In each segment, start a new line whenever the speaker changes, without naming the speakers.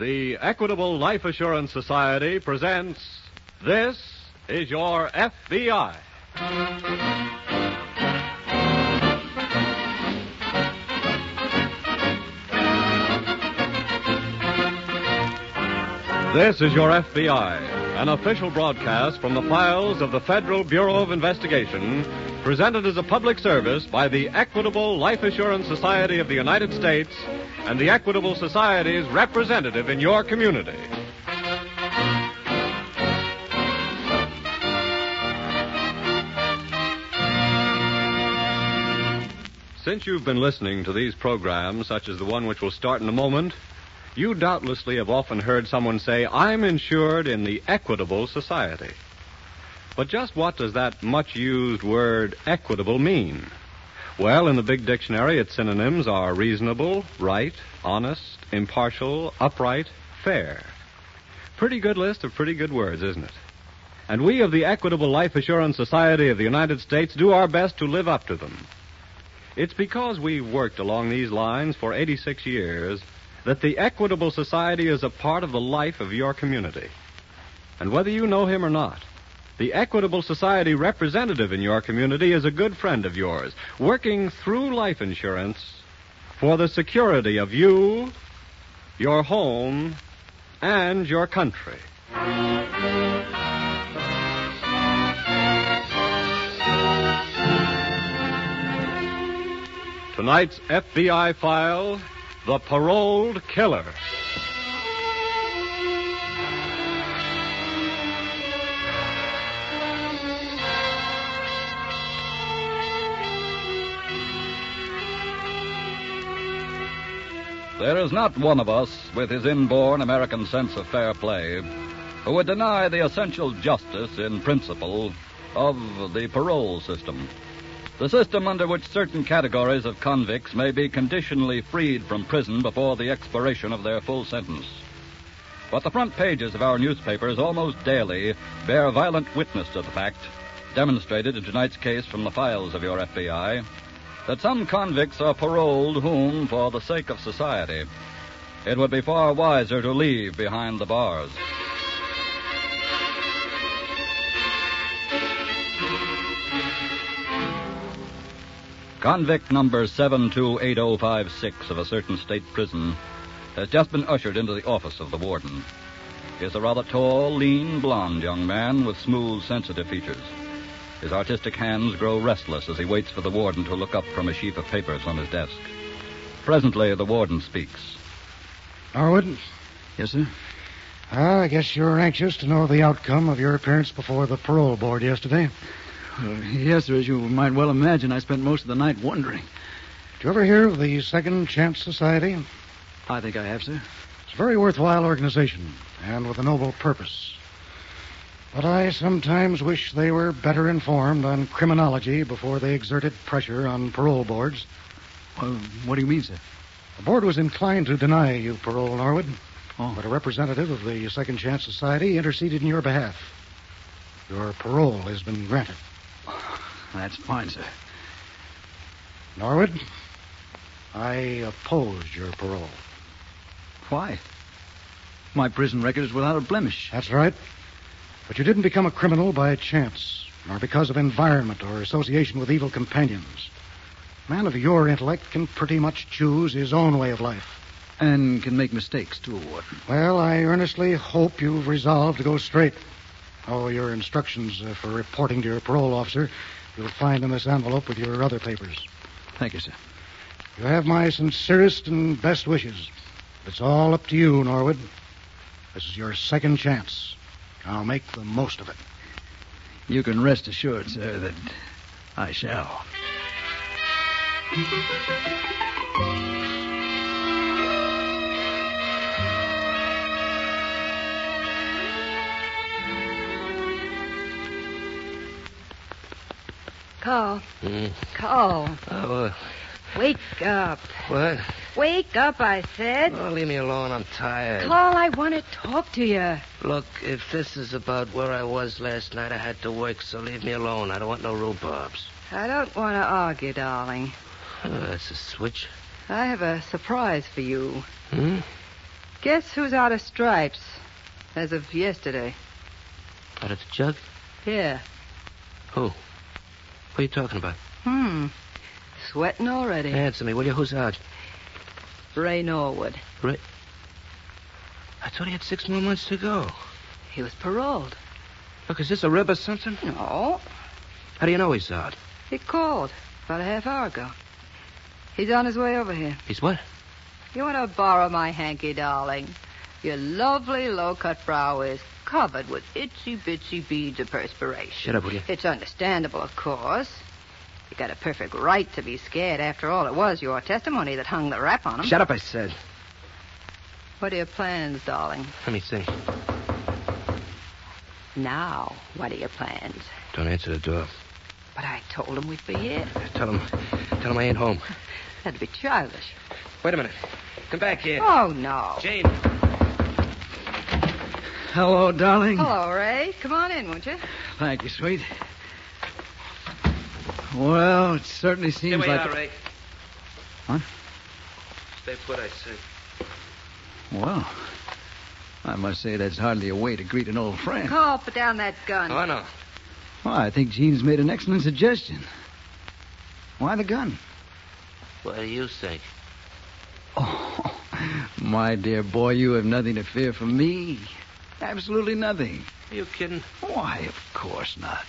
The Equitable Life Assurance Society presents This is Your FBI. This is Your FBI, an official broadcast from the files of the Federal Bureau of Investigation, presented as a public service by the Equitable Life Assurance Society of the United States and the Equitable Society's representative in your community. Since you've been listening to these programs, such as the one which will start in a moment, you doubtlessly have often heard someone say, I'm insured in the Equitable Society. But just what does that much used word equitable mean? Well, in the big dictionary, its synonyms are reasonable, right, honest, impartial, upright, fair. Pretty good list of pretty good words, isn't it? And we of the Equitable Life Assurance Society of the United States do our best to live up to them. It's because we've worked along these lines for 86 years that the Equitable Society is a part of the life of your community. And whether you know him or not, the Equitable Society representative in your community is a good friend of yours, working through life insurance for the security of you, your home, and your country. Tonight's FBI file The Paroled Killer.
There is not one of us with his inborn American sense of fair play who would deny the essential justice in principle of the parole system. The system under which certain categories of convicts may be conditionally freed from prison before the expiration of their full sentence. But the front pages of our newspapers almost daily bear violent witness to the fact, demonstrated in tonight's case from the files of your FBI, that some convicts are paroled whom, for the sake of society, it would be far wiser to leave behind the bars. Convict number 728056 of a certain state prison has just been ushered into the office of the warden. He is a rather tall, lean, blond young man with smooth, sensitive features. His artistic hands grow restless as he waits for the warden to look up from a sheaf of papers on his desk. Presently, the warden speaks.
Norwood,
Yes, sir?
Ah, I guess you're anxious to know the outcome of your appearance before the parole board yesterday.
Uh, yes, sir. As you might well imagine, I spent most of the night wondering.
Did you ever hear of the Second Chance Society?
I think I have, sir.
It's a very worthwhile organization and with a noble purpose. But I sometimes wish they were better informed on criminology before they exerted pressure on parole boards.
Uh, what do you mean, sir?
The board was inclined to deny you parole, Norwood,
Oh,
but a representative of the Second Chance Society interceded in your behalf. Your parole has been granted.
that's fine, sir.
Norwood, I opposed your parole.
Why? My prison record is without a blemish.
That's right. But you didn't become a criminal by chance, nor because of environment or association with evil companions. A man of your intellect can pretty much choose his own way of life.
And can make mistakes, too, Warden.
Well, I earnestly hope you've resolved to go straight. Oh, your instructions uh, for reporting to your parole officer you'll find in this envelope with your other papers.
Thank you, sir.
You have my sincerest and best wishes. It's all up to you, Norwood. This is your second chance. Now make the most of it.
You can rest assured, sir, that I shall.
Carl. Carl.
Oh,
Wake up.
what?
Wake up, I said.
Oh, leave me alone. I'm tired.
Carl, I want to talk to you.
Look, if this is about where I was last night, I had to work, so leave me alone. I don't want no rhubarbs.
I don't want to argue, darling.
Oh, that's a switch.
I have a surprise for you.
Hmm?
Guess who's out of stripes as of yesterday?
Out of the jug?
Here.
Who? What are you talking about?
Hmm. Sweating already.
Answer me, will you? Who's out?
Ray Norwood.
Right. I thought he had six more months to go.
He was paroled.
Look, is this a rib or something?
No.
How do you know he's out?
He called about a half hour ago. He's on his way over here.
He's what?
You want to borrow my hanky, darling? Your lovely low-cut brow is covered with itsy-bitsy beads of perspiration.
Shut up, will you?
It's understandable, of course. You got a perfect right to be scared. After all, it was your testimony that hung the rap on him.
Shut up, I said.
What are your plans, darling?
Let me think.
Now, what are your plans?
Don't answer the door.
But I told him we'd be here.
Tell him. Tell him I ain't home.
That'd be childish.
Wait a minute. Come back here.
Oh, no.
Jane.
Hello, darling.
Hello, Ray. Come on in, won't you?
Thank you, sweet. Well, it certainly
Here
seems
we
like.
are, Ray.
Huh?
Stay put, I said.
Well, I must say that's hardly a way to greet an old friend.
Carl, put down that gun.
Oh, no.
Well, I think Jean's made an excellent suggestion. Why the gun?
What do you think?
Oh, my dear boy, you have nothing to fear from me. Absolutely nothing.
Are you kidding?
Why, of course not.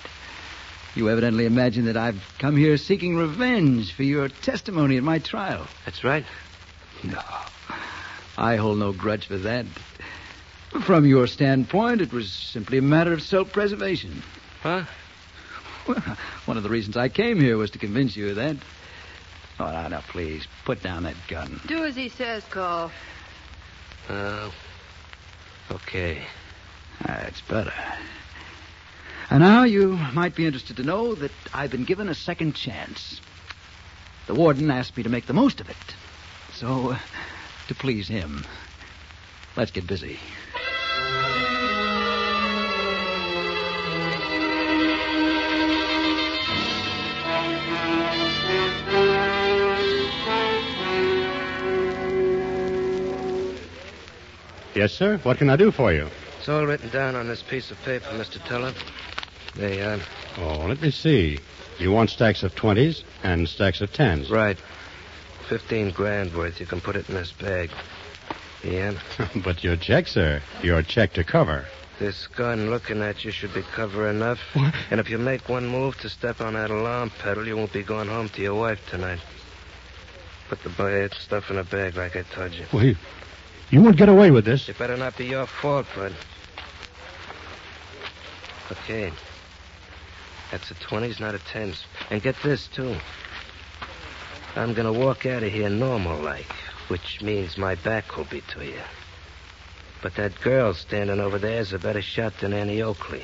You evidently imagine that I've come here seeking revenge for your testimony at my trial.
That's right.
No. I hold no grudge for that. From your standpoint, it was simply a matter of self preservation.
Huh?
Well, one of the reasons I came here was to convince you of that. Oh, now, now, please, put down that gun.
Do as he says, Carl.
Uh, okay.
That's Ah, better. And now you might be interested to know that I've been given a second chance. The warden asked me to make the most of it. So, uh, to please him, let's get busy.
Yes, sir. What can I do for you?
It's all written down on this piece of paper, Mr. Teller. They, uh,
Oh, let me see. You want stacks of 20s and stacks of 10s.
right. Fifteen grand worth. You can put it in this bag. Yeah.
but your check, sir. Your check to cover.
This gun looking at you should be cover enough. And if you make one move to step on that alarm pedal, you won't be going home to your wife tonight. Put the bag, stuff in a bag like I told you.
Well, you, you won't get away with this.
It better not be your fault, bud. Okay. That's a 20s, not a 10s. And get this, too. I'm going to walk out of here normal like, which means my back will be to you. But that girl standing over there is a better shot than Annie Oakley.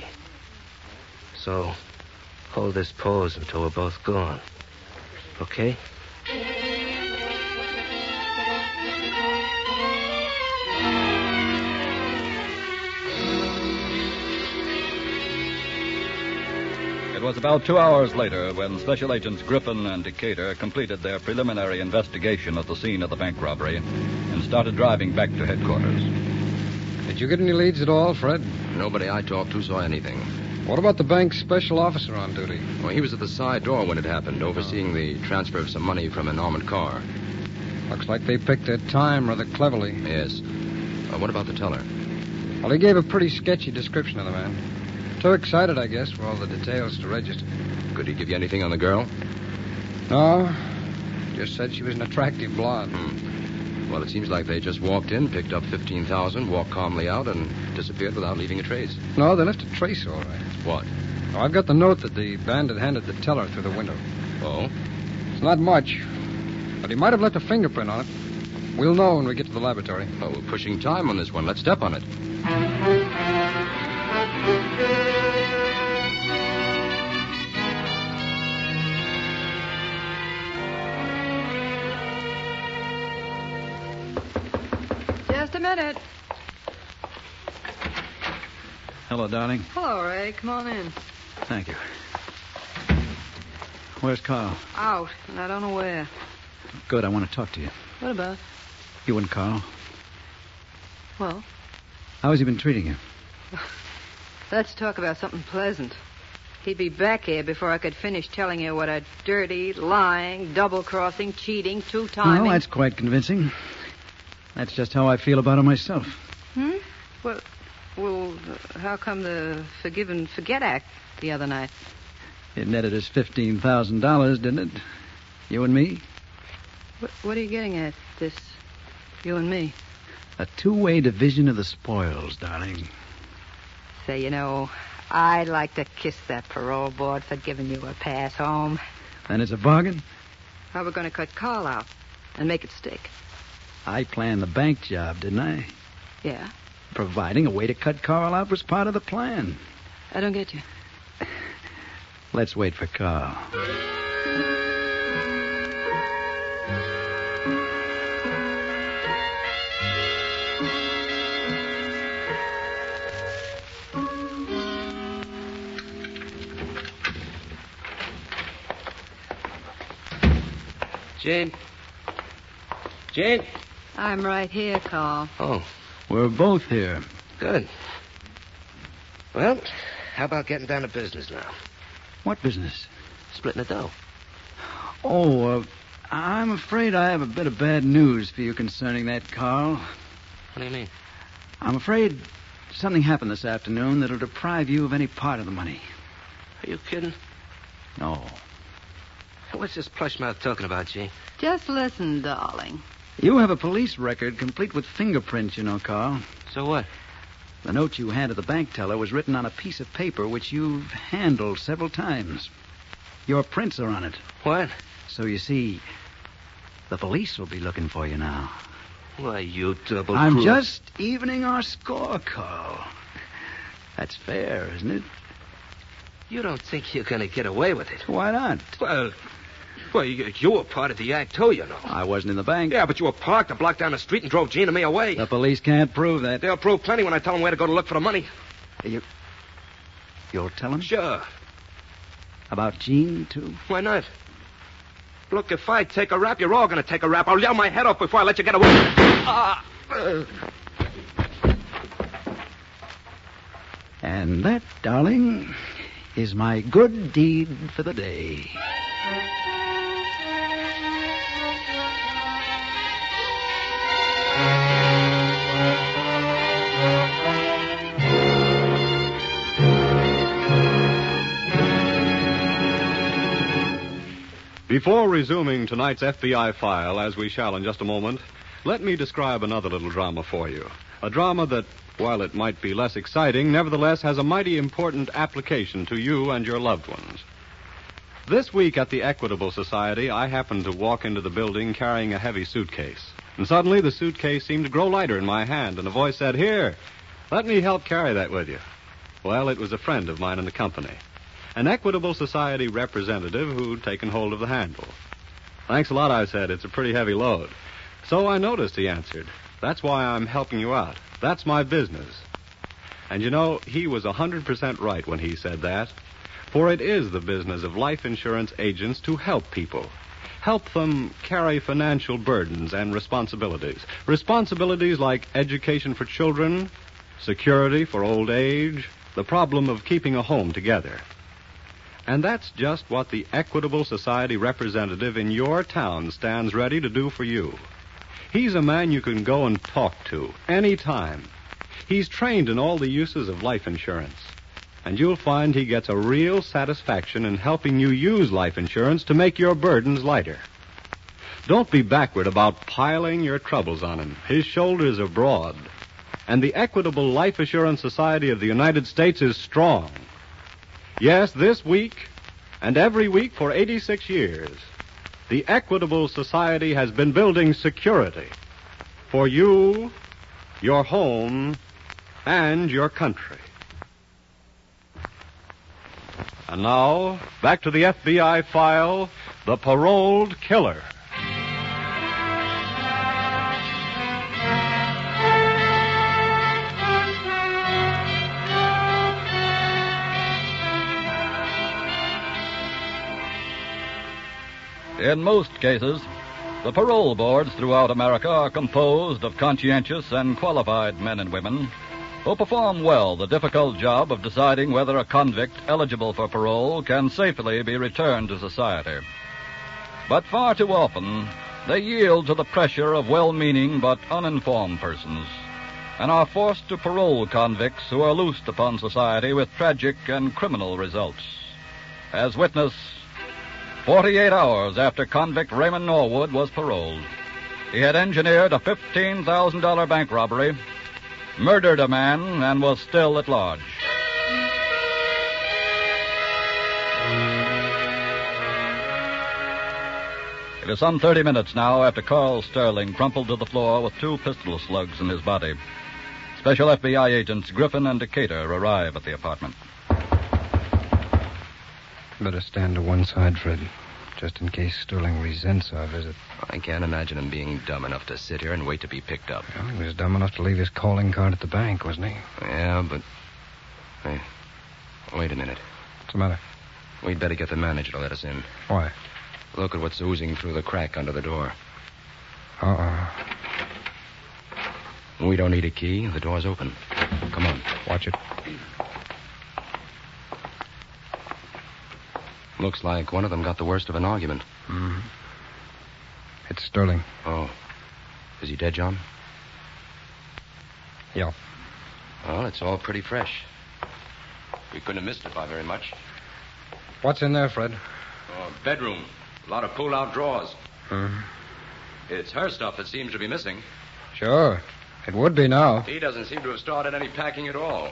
So, hold this pose until we're both gone. Okay?
It was about two hours later when Special Agents Griffin and Decatur completed their preliminary investigation of the scene of the bank robbery and started driving back to headquarters.
Did you get any leads at all, Fred?
Nobody I talked to saw anything.
What about the bank's special officer on duty?
Well, he was at the side door when it happened, overseeing the transfer of some money from an armored car.
Looks like they picked their time rather cleverly.
Yes. Uh, what about the teller?
Well, he gave a pretty sketchy description of the man. Too excited, I guess, for all the details to register.
Could he give you anything on the girl?
No, just said she was an attractive blonde.
Hmm. Well, it seems like they just walked in, picked up 15,000, walked calmly out, and disappeared without leaving a trace.
No, they left a trace, all right.
What?
Oh, I've got the note that the bandit handed the teller through the window.
Oh?
It's not much, but he might have left a fingerprint on it. We'll know when we get to the laboratory.
Well, we're pushing time on this one. Let's step on it.
minute.
Hello, darling.
Hello, Ray. Come on in.
Thank you. Where's Carl?
Out, and I don't know where.
Good, I want to talk to you.
What about?
You and Carl.
Well,
How has he been treating you?
let's talk about something pleasant. He'd be back here before I could finish telling you what a dirty, lying, double crossing, cheating, two timing.
Well, that's quite convincing. That's just how I feel about him myself.
Hmm? Well, well, how come the Forgive and Forget Act the other night?
It netted us $15,000, didn't it? You and me?
What, what are you getting at, this, you and me?
A two way division of the spoils, darling.
Say, you know, I'd like to kiss that parole board for giving you a pass home.
And it's a bargain.
How we going to cut Carl out and make it stick?
I planned the bank job, didn't I?
Yeah?
Providing a way to cut Carl out was part of the plan.
I don't get you.
Let's wait for Carl.
Jane? Jane?
I'm right here, Carl.
Oh,
We're both here.
good. Well, how about getting down to business now?
What business?
Splitting the dough.
Oh, uh, I'm afraid I have a bit of bad news for you concerning that, Carl.
What do you mean?
I'm afraid something happened this afternoon that'll deprive you of any part of the money.
Are you kidding?
No.
What's this plush mouth talking about, Gene?
Just listen, darling.
You have a police record complete with fingerprints, you know, Carl.
So what?
The note you handed the bank teller was written on a piece of paper which you've handled several times. Your prints are on it.
What?
So you see, the police will be looking for you now.
Why, you double
I'm
crook.
just evening our score, Carl. That's fair, isn't it?
You don't think you're going to get away with it?
Why not?
Well, well, you, you were part of the act, too, you know.
I wasn't in the bank.
Yeah, but you were parked a block down the street and drove Gene and me away.
The police can't prove that.
They'll prove plenty when I tell them where to go to look for the money.
You, you'll tell them?
Sure.
About Jean, too?
Why not? Look, if I take a rap, you're all going to take a rap. I'll yell my head off before I let you get away. Ah! Uh,
And that, darling, is my good deed for the day.
Before resuming tonight's FBI file, as we shall in just a moment, let me describe another little drama for you. A drama that, while it might be less exciting, nevertheless has a mighty important application to you and your loved ones. This week at the Equitable Society, I happened to walk into the building carrying a heavy suitcase. And suddenly the suitcase seemed to grow lighter in my hand, and a voice said, Here, let me help carry that with you. Well, it was a friend of mine in the company an Equitable Society representative who'd taken hold of the handle. Thanks a lot, I said. It's a pretty heavy load. So I noticed, he answered. That's why I'm helping you out. That's my business. And you know, he was a 100% right when he said that. For it is the business of life insurance agents to help people. Help them carry financial burdens and responsibilities. Responsibilities like education for children, security for old age, the problem of keeping a home together. And that's just what the Equitable Society representative in your town stands ready to do for you. He's a man you can go and talk to any time. He's trained in all the uses of life insurance. And you'll find he gets a real satisfaction in helping you use life insurance to make your burdens lighter. Don't be backward about piling your troubles on him. His shoulders are broad. And the Equitable Life Assurance Society of the United States is strong. Yes, this week and every week for 86 years, the Equitable Society has been building security for you, your home, and your country. And now, back to the FBI file The Paroled Killer.
In most cases, the parole boards throughout America are composed of conscientious and qualified men and women who perform well the difficult job of deciding whether a convict eligible for parole can safely be returned to society. But far too often, they yield to the pressure of well meaning but uninformed persons and are forced to parole convicts who are loosed upon society with tragic and criminal results. As witness, 48 hours after convict Raymond Norwood was paroled, he had engineered a $15,000 bank robbery, murdered a man, and was still at large. It is some 30 minutes now after Carl Sterling crumpled to the floor with two pistol slugs in his body. Special FBI agents Griffin and Decatur arrive at the apartment.
Better stand to one side, Fred, just in case Sterling resents our visit.
I can't imagine him being dumb enough to sit here and wait to be picked up.
Well, he was dumb enough to leave his calling card at the bank, wasn't he?
Yeah, but. Hey, wait a minute.
What's the matter?
We'd better get the manager to let us in.
Why?
Look at what's oozing through the crack under the door.
Uh-uh.
We don't need a key. The door's open. Come on.
Watch it.
Looks like one of them got the worst of an argument.
Mm. It's Sterling.
Oh. Is he dead, John?
Yeah.
Well, it's all pretty fresh. We couldn't have missed it by very much.
What's in there, Fred?
Oh, bedroom. A lot of pull-out drawers.
Mm.
It's her stuff that seems to be missing.
Sure. It would be now.
He doesn't seem to have started any packing at all.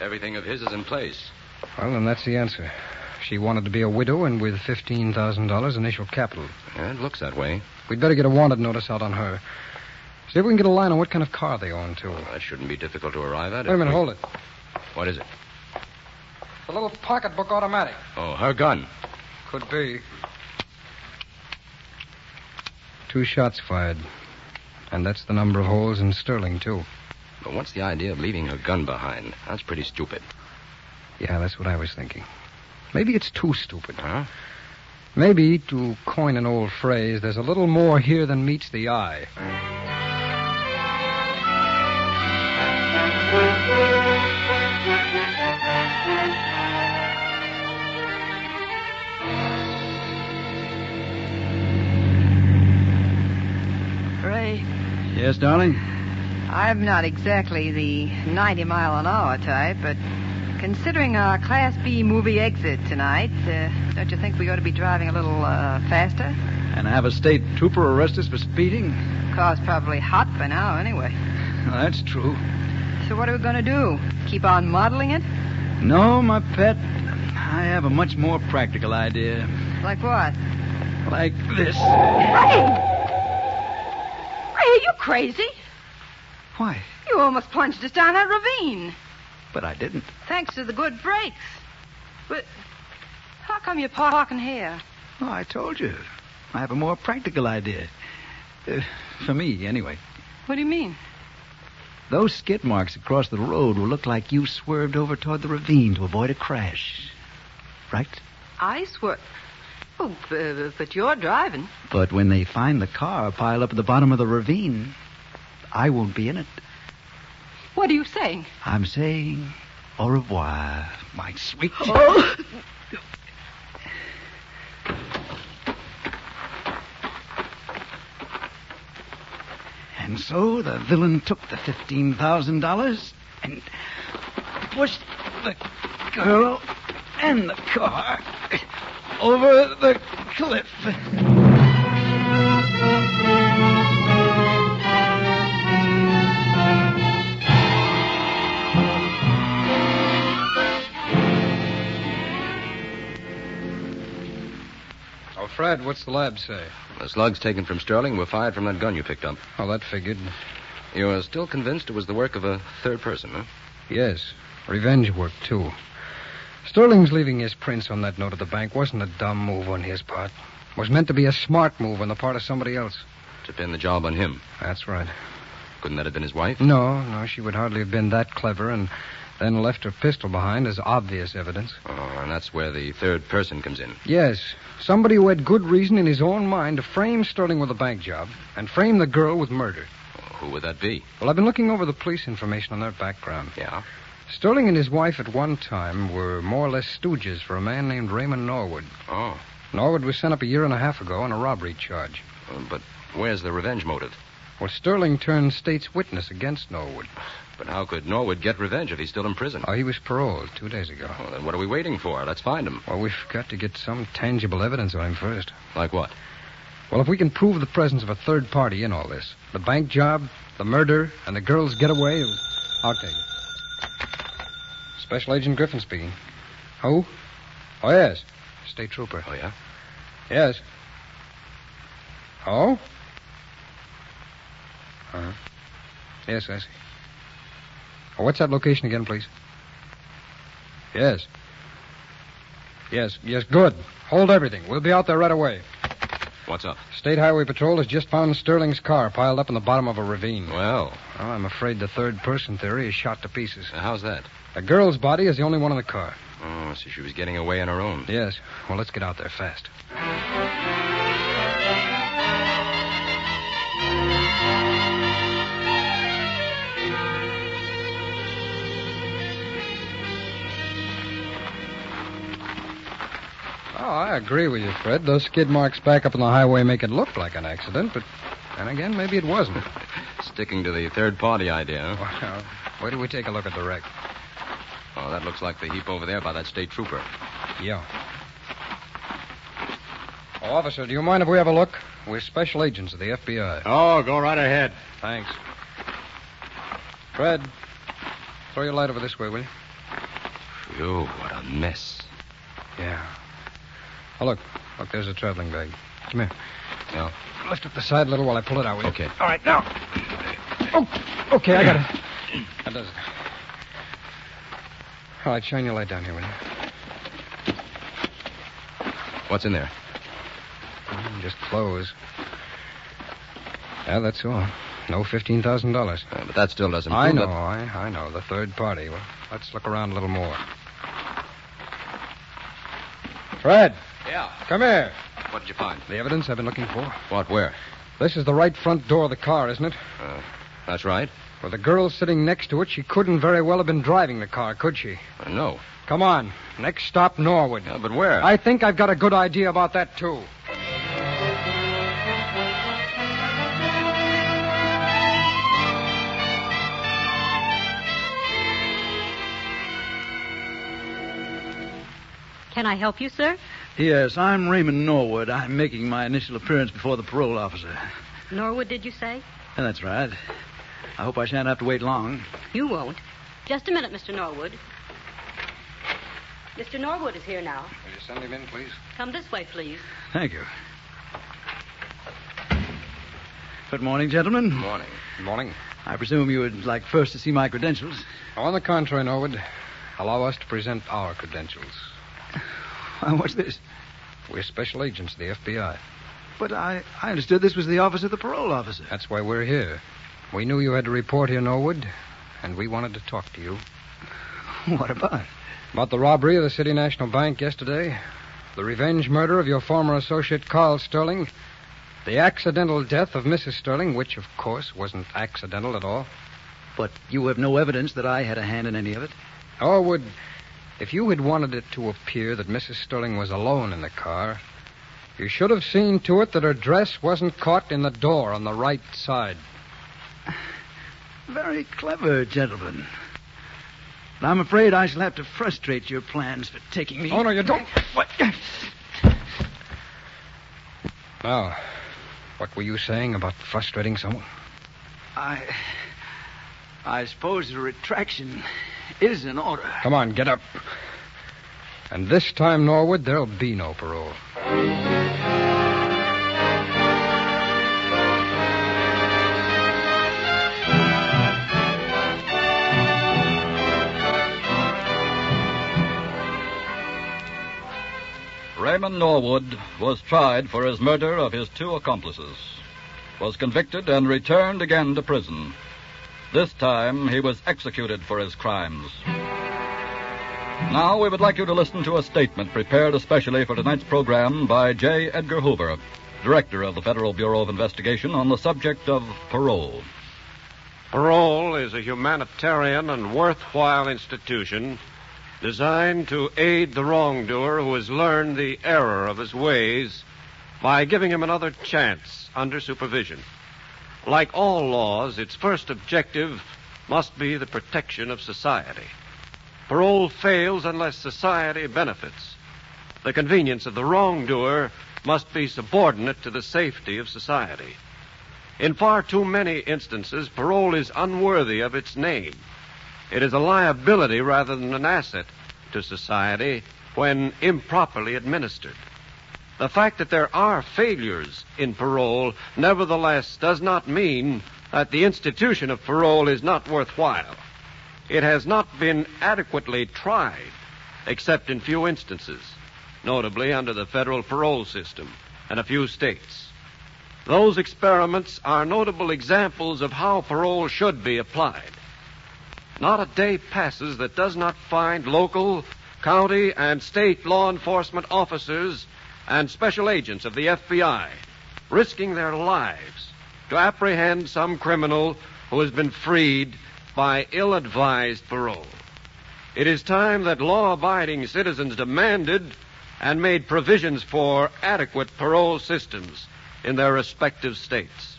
Everything of his is in place.
Well, then that's the answer. She wanted to be a widow and with $15,000 initial capital.
Yeah, it looks that way.
We'd better get a wanted notice out on her. See if we can get a line on what kind of car they own, too.
Well, that shouldn't be difficult to arrive at.
Wait a minute,
We-
hold it.
What is it?
It's a little pocketbook automatic.
Oh, her gun.
Could be. Two shots fired. And that's the number of holes in Sterling, too.
But what's the idea of leaving her gun behind? That's pretty stupid.
Yeah, that's what I was thinking. Maybe it's too stupid.
Huh?
Maybe, to coin an old phrase, there's a little more here than meets the eye.
Ray,
Yes, darling?
I'm not exactly the 90 mile an hour type, but considering our Class B movie exit tonight, uh, don't you think we ought to be driving a little uh, faster?
And have a state trooper arrest us for speeding?
Car's probably hot by now, anyway.
Well, that's true.
So what are we going to do? Keep on modeling it?
No, my pet. I have a much more practical idea.
Like what?
Like this.
Ray! Ray, are you crazy?
Why?
You almost plunged us down that ravine.
But I didn't.
Thanks to the good brakes. But how come you're parking here?
Oh, I told you. I have a more practical idea. Uh, for me, anyway.
What do you mean?
Those skid marks across the road will look like you swerved over toward the ravine to avoid a crash. Right?
Ice work. Oh, bu- but you're driving.
But when they find the car piled up at the bottom of the ravine, I won't be in it.
What are you saying?
I'm saying au revoir, my sweet.
Oh!
And so the villain took the $15,000 and pushed the girl and the car over the cliff.
Oh, Fred, what's the lab say?
The slugs taken from Sterling were fired from that gun you picked up.
Oh, that figured.
You're still convinced it was the work of a third person, huh?
Yes. Revenge work, too. Sterling's leaving his prints on that note at the bank wasn't a dumb move on his part. It was meant to be a smart move on the part of somebody else.
To pin the job on him.
That's right.
Couldn't that have been his wife?
No, no, she would hardly have been that clever and then left her pistol behind as obvious evidence.
Oh, and that's where the third person comes in.
Yes, Somebody who had good reason in his own mind to frame Sterling with a bank job and frame the girl with murder.
Who would that be?
Well, I've been looking over the police information on their background.
Yeah?
Sterling and his wife at one time were more or less stooges for a man named Raymond Norwood.
Oh.
Norwood was sent up a year and a half ago on a robbery charge.
Uh, But where's the revenge motive?
Well, Sterling turned state's witness against Norwood.
But how could Norwood get revenge if he's still in prison?
Oh, he was paroled two days ago.
Well, then what are we waiting for? Let's find him.
Well, we've got to get some tangible evidence on him first.
Like what?
Well, if we can prove the presence of a third party in all this the bank job, the murder, and the girl's getaway, I'll take it. Special Agent Griffin speaking. Who? Oh, yes. State Trooper.
Oh, yeah?
Yes. Oh? Uh-huh. Yes, I see. Oh, what's that location again, please? Yes. Yes, yes, good. Hold everything. We'll be out there right away.
What's up?
State Highway Patrol has just found Sterling's car piled up in the bottom of a ravine.
Well,
Well, I'm afraid the third person theory is shot to pieces.
how's that?
A girl's body is the only one in the car.
Oh, so she was getting away on her own.
Yes. Well, let's get out there fast. Oh, I agree with you, Fred. Those skid marks back up on the highway make it look like an accident, but then again, maybe it wasn't.
Sticking to the third party idea. huh?
Well, where do we take a look at the wreck?
Oh, that looks like the heap over there by that state trooper.
Yeah. Oh, officer, do you mind if we have a look? We're special agents of the FBI.
Oh, go right ahead.
Thanks. Fred, throw your light over this way, will you?
Phew, what a mess.
Yeah. Oh, look. Look, there's a traveling bag. Come here.
Yeah.
Lift up the side a little while I pull it out, will you?
Okay.
All right, now. Oh, okay, I got it. That does it. All right, shine your light down here, will you?
What's in there?
Mm, Just clothes. Yeah, that's all. No fifteen thousand dollars.
Uh, but that still doesn't.
I
prove
know,
it.
I, I know. The third party. Well, let's look around a little more. Fred,
Yeah.
come here.
What did you find?
The evidence I've been looking for.
What? Where?
This is the right front door of the car, isn't it?
Uh, that's right.
Well, the girl sitting next to it, she couldn't very well have been driving the car, could she?
Uh, no.
Come on. Next stop, Norwood.
Yeah, but where?
I think I've got a good idea about that, too.
Can I help you, sir?
Yes, I'm Raymond Norwood. I'm making my initial appearance before the parole officer.
Norwood, did you say?
That's right. I hope I shan't have to wait long.
You won't. Just a minute, Mr. Norwood. Mr. Norwood is here now.
Will you send him in, please?
Come this way, please.
Thank you. Good morning, gentlemen.
Morning.
Morning.
I presume you would like first to see my credentials.
On the contrary, Norwood, allow us to present our credentials.
Uh, What's this?
We're special agents of the FBI.
But I, I understood this was the office of the parole officer.
That's why we're here. We knew you had to report here, Norwood, and we wanted to talk to you.
What about? it?
About the robbery of the City National Bank yesterday, the revenge murder of your former associate, Carl Sterling, the accidental death of Mrs. Sterling, which, of course, wasn't accidental at all.
But you have no evidence that I had a hand in any of it.
Norwood, if you had wanted it to appear that Mrs. Sterling was alone in the car, you should have seen to it that her dress wasn't caught in the door on the right side.
Very clever, gentlemen. But I'm afraid I shall have to frustrate your plans for taking me.
Oh, no, you don't.
What?
Now, what were you saying about frustrating someone?
I. I suppose a retraction is in order.
Come on, get up. And this time, Norwood, there'll be no parole.
Raymond Norwood was tried for his murder of his two accomplices, was convicted and returned again to prison. This time he was executed for his crimes. Now, we would like you to listen to a statement prepared especially for tonight's program by J. Edgar Hoover, Director of the Federal Bureau of Investigation, on the subject of parole.
Parole is a humanitarian and worthwhile institution designed to aid the wrongdoer who has learned the error of his ways by giving him another chance under supervision. Like all laws, its first objective must be the protection of society. Parole fails unless society benefits. The convenience of the wrongdoer must be subordinate to the safety of society. In far too many instances, parole is unworthy of its name. It is a liability rather than an asset to society when improperly administered. The fact that there are failures in parole, nevertheless, does not mean that the institution of parole is not worthwhile. It has not been adequately tried, except in few instances, notably under the federal parole system and a few states. Those experiments are notable examples of how parole should be applied. Not a day passes that does not find local, county, and state law enforcement officers and special agents of the FBI risking their lives to apprehend some criminal who has been freed by ill advised parole. It is time that law abiding citizens demanded and made provisions for adequate parole systems in their respective states.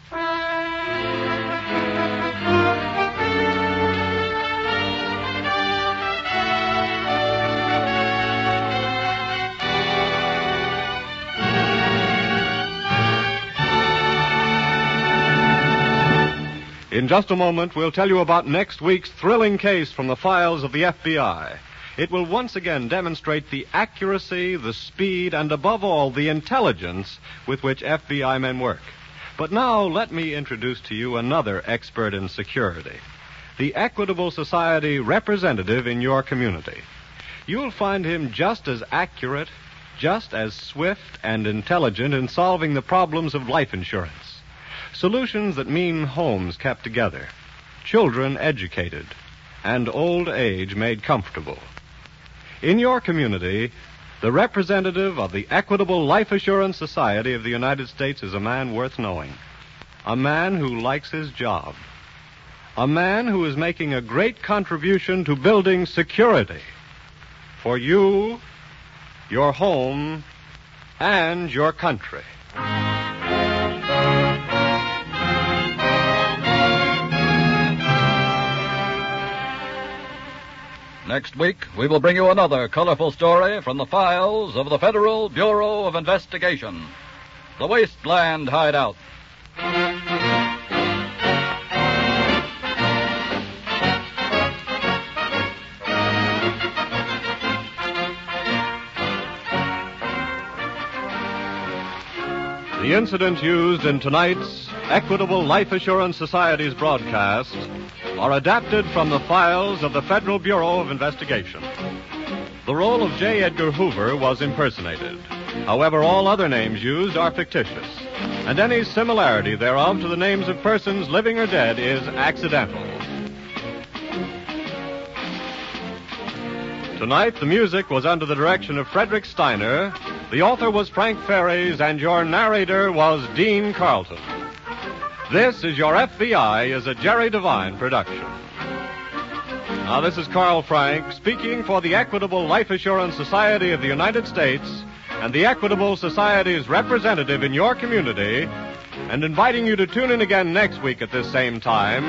In just a moment, we'll tell you about next week's thrilling case from the files of the FBI. It will once again demonstrate the accuracy, the speed, and above all, the intelligence with which FBI men work. But now, let me introduce to you another expert in security the Equitable Society representative in your community. You'll find him just as accurate, just as swift and intelligent in solving the problems of life insurance. Solutions that mean homes kept together, children educated, and old age made comfortable. In your community, the representative of the Equitable Life Assurance Society of the United States is a man worth knowing. A man who likes his job. A man who is making a great contribution to building security for you, your home, and your country.
Next week, we will bring you another colorful story from the files of the Federal Bureau of Investigation The Wasteland Hideout.
The incidents used in tonight's Equitable Life Assurance Society's broadcast are adapted from the files of the Federal Bureau of Investigation. The role of J. Edgar Hoover was impersonated. However, all other names used are fictitious, and any similarity thereof to the names of persons living or dead is accidental. Tonight, the music was under the direction of Frederick Steiner, the author was Frank Ferries, and your narrator was Dean Carlton. This is Your FBI is a Jerry Devine production. Now, this is Carl Frank speaking for the Equitable Life Assurance Society of the United States and the Equitable Society's representative in your community, and inviting you to tune in again next week at this same time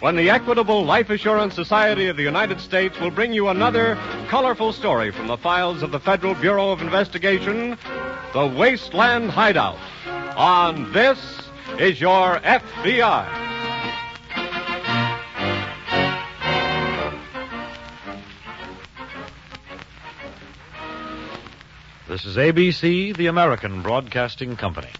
when the Equitable Life Assurance Society of the United States will bring you another colorful story from the files of the Federal Bureau of Investigation The Wasteland Hideout. On This is Your FBI.
This is ABC, the American Broadcasting Company.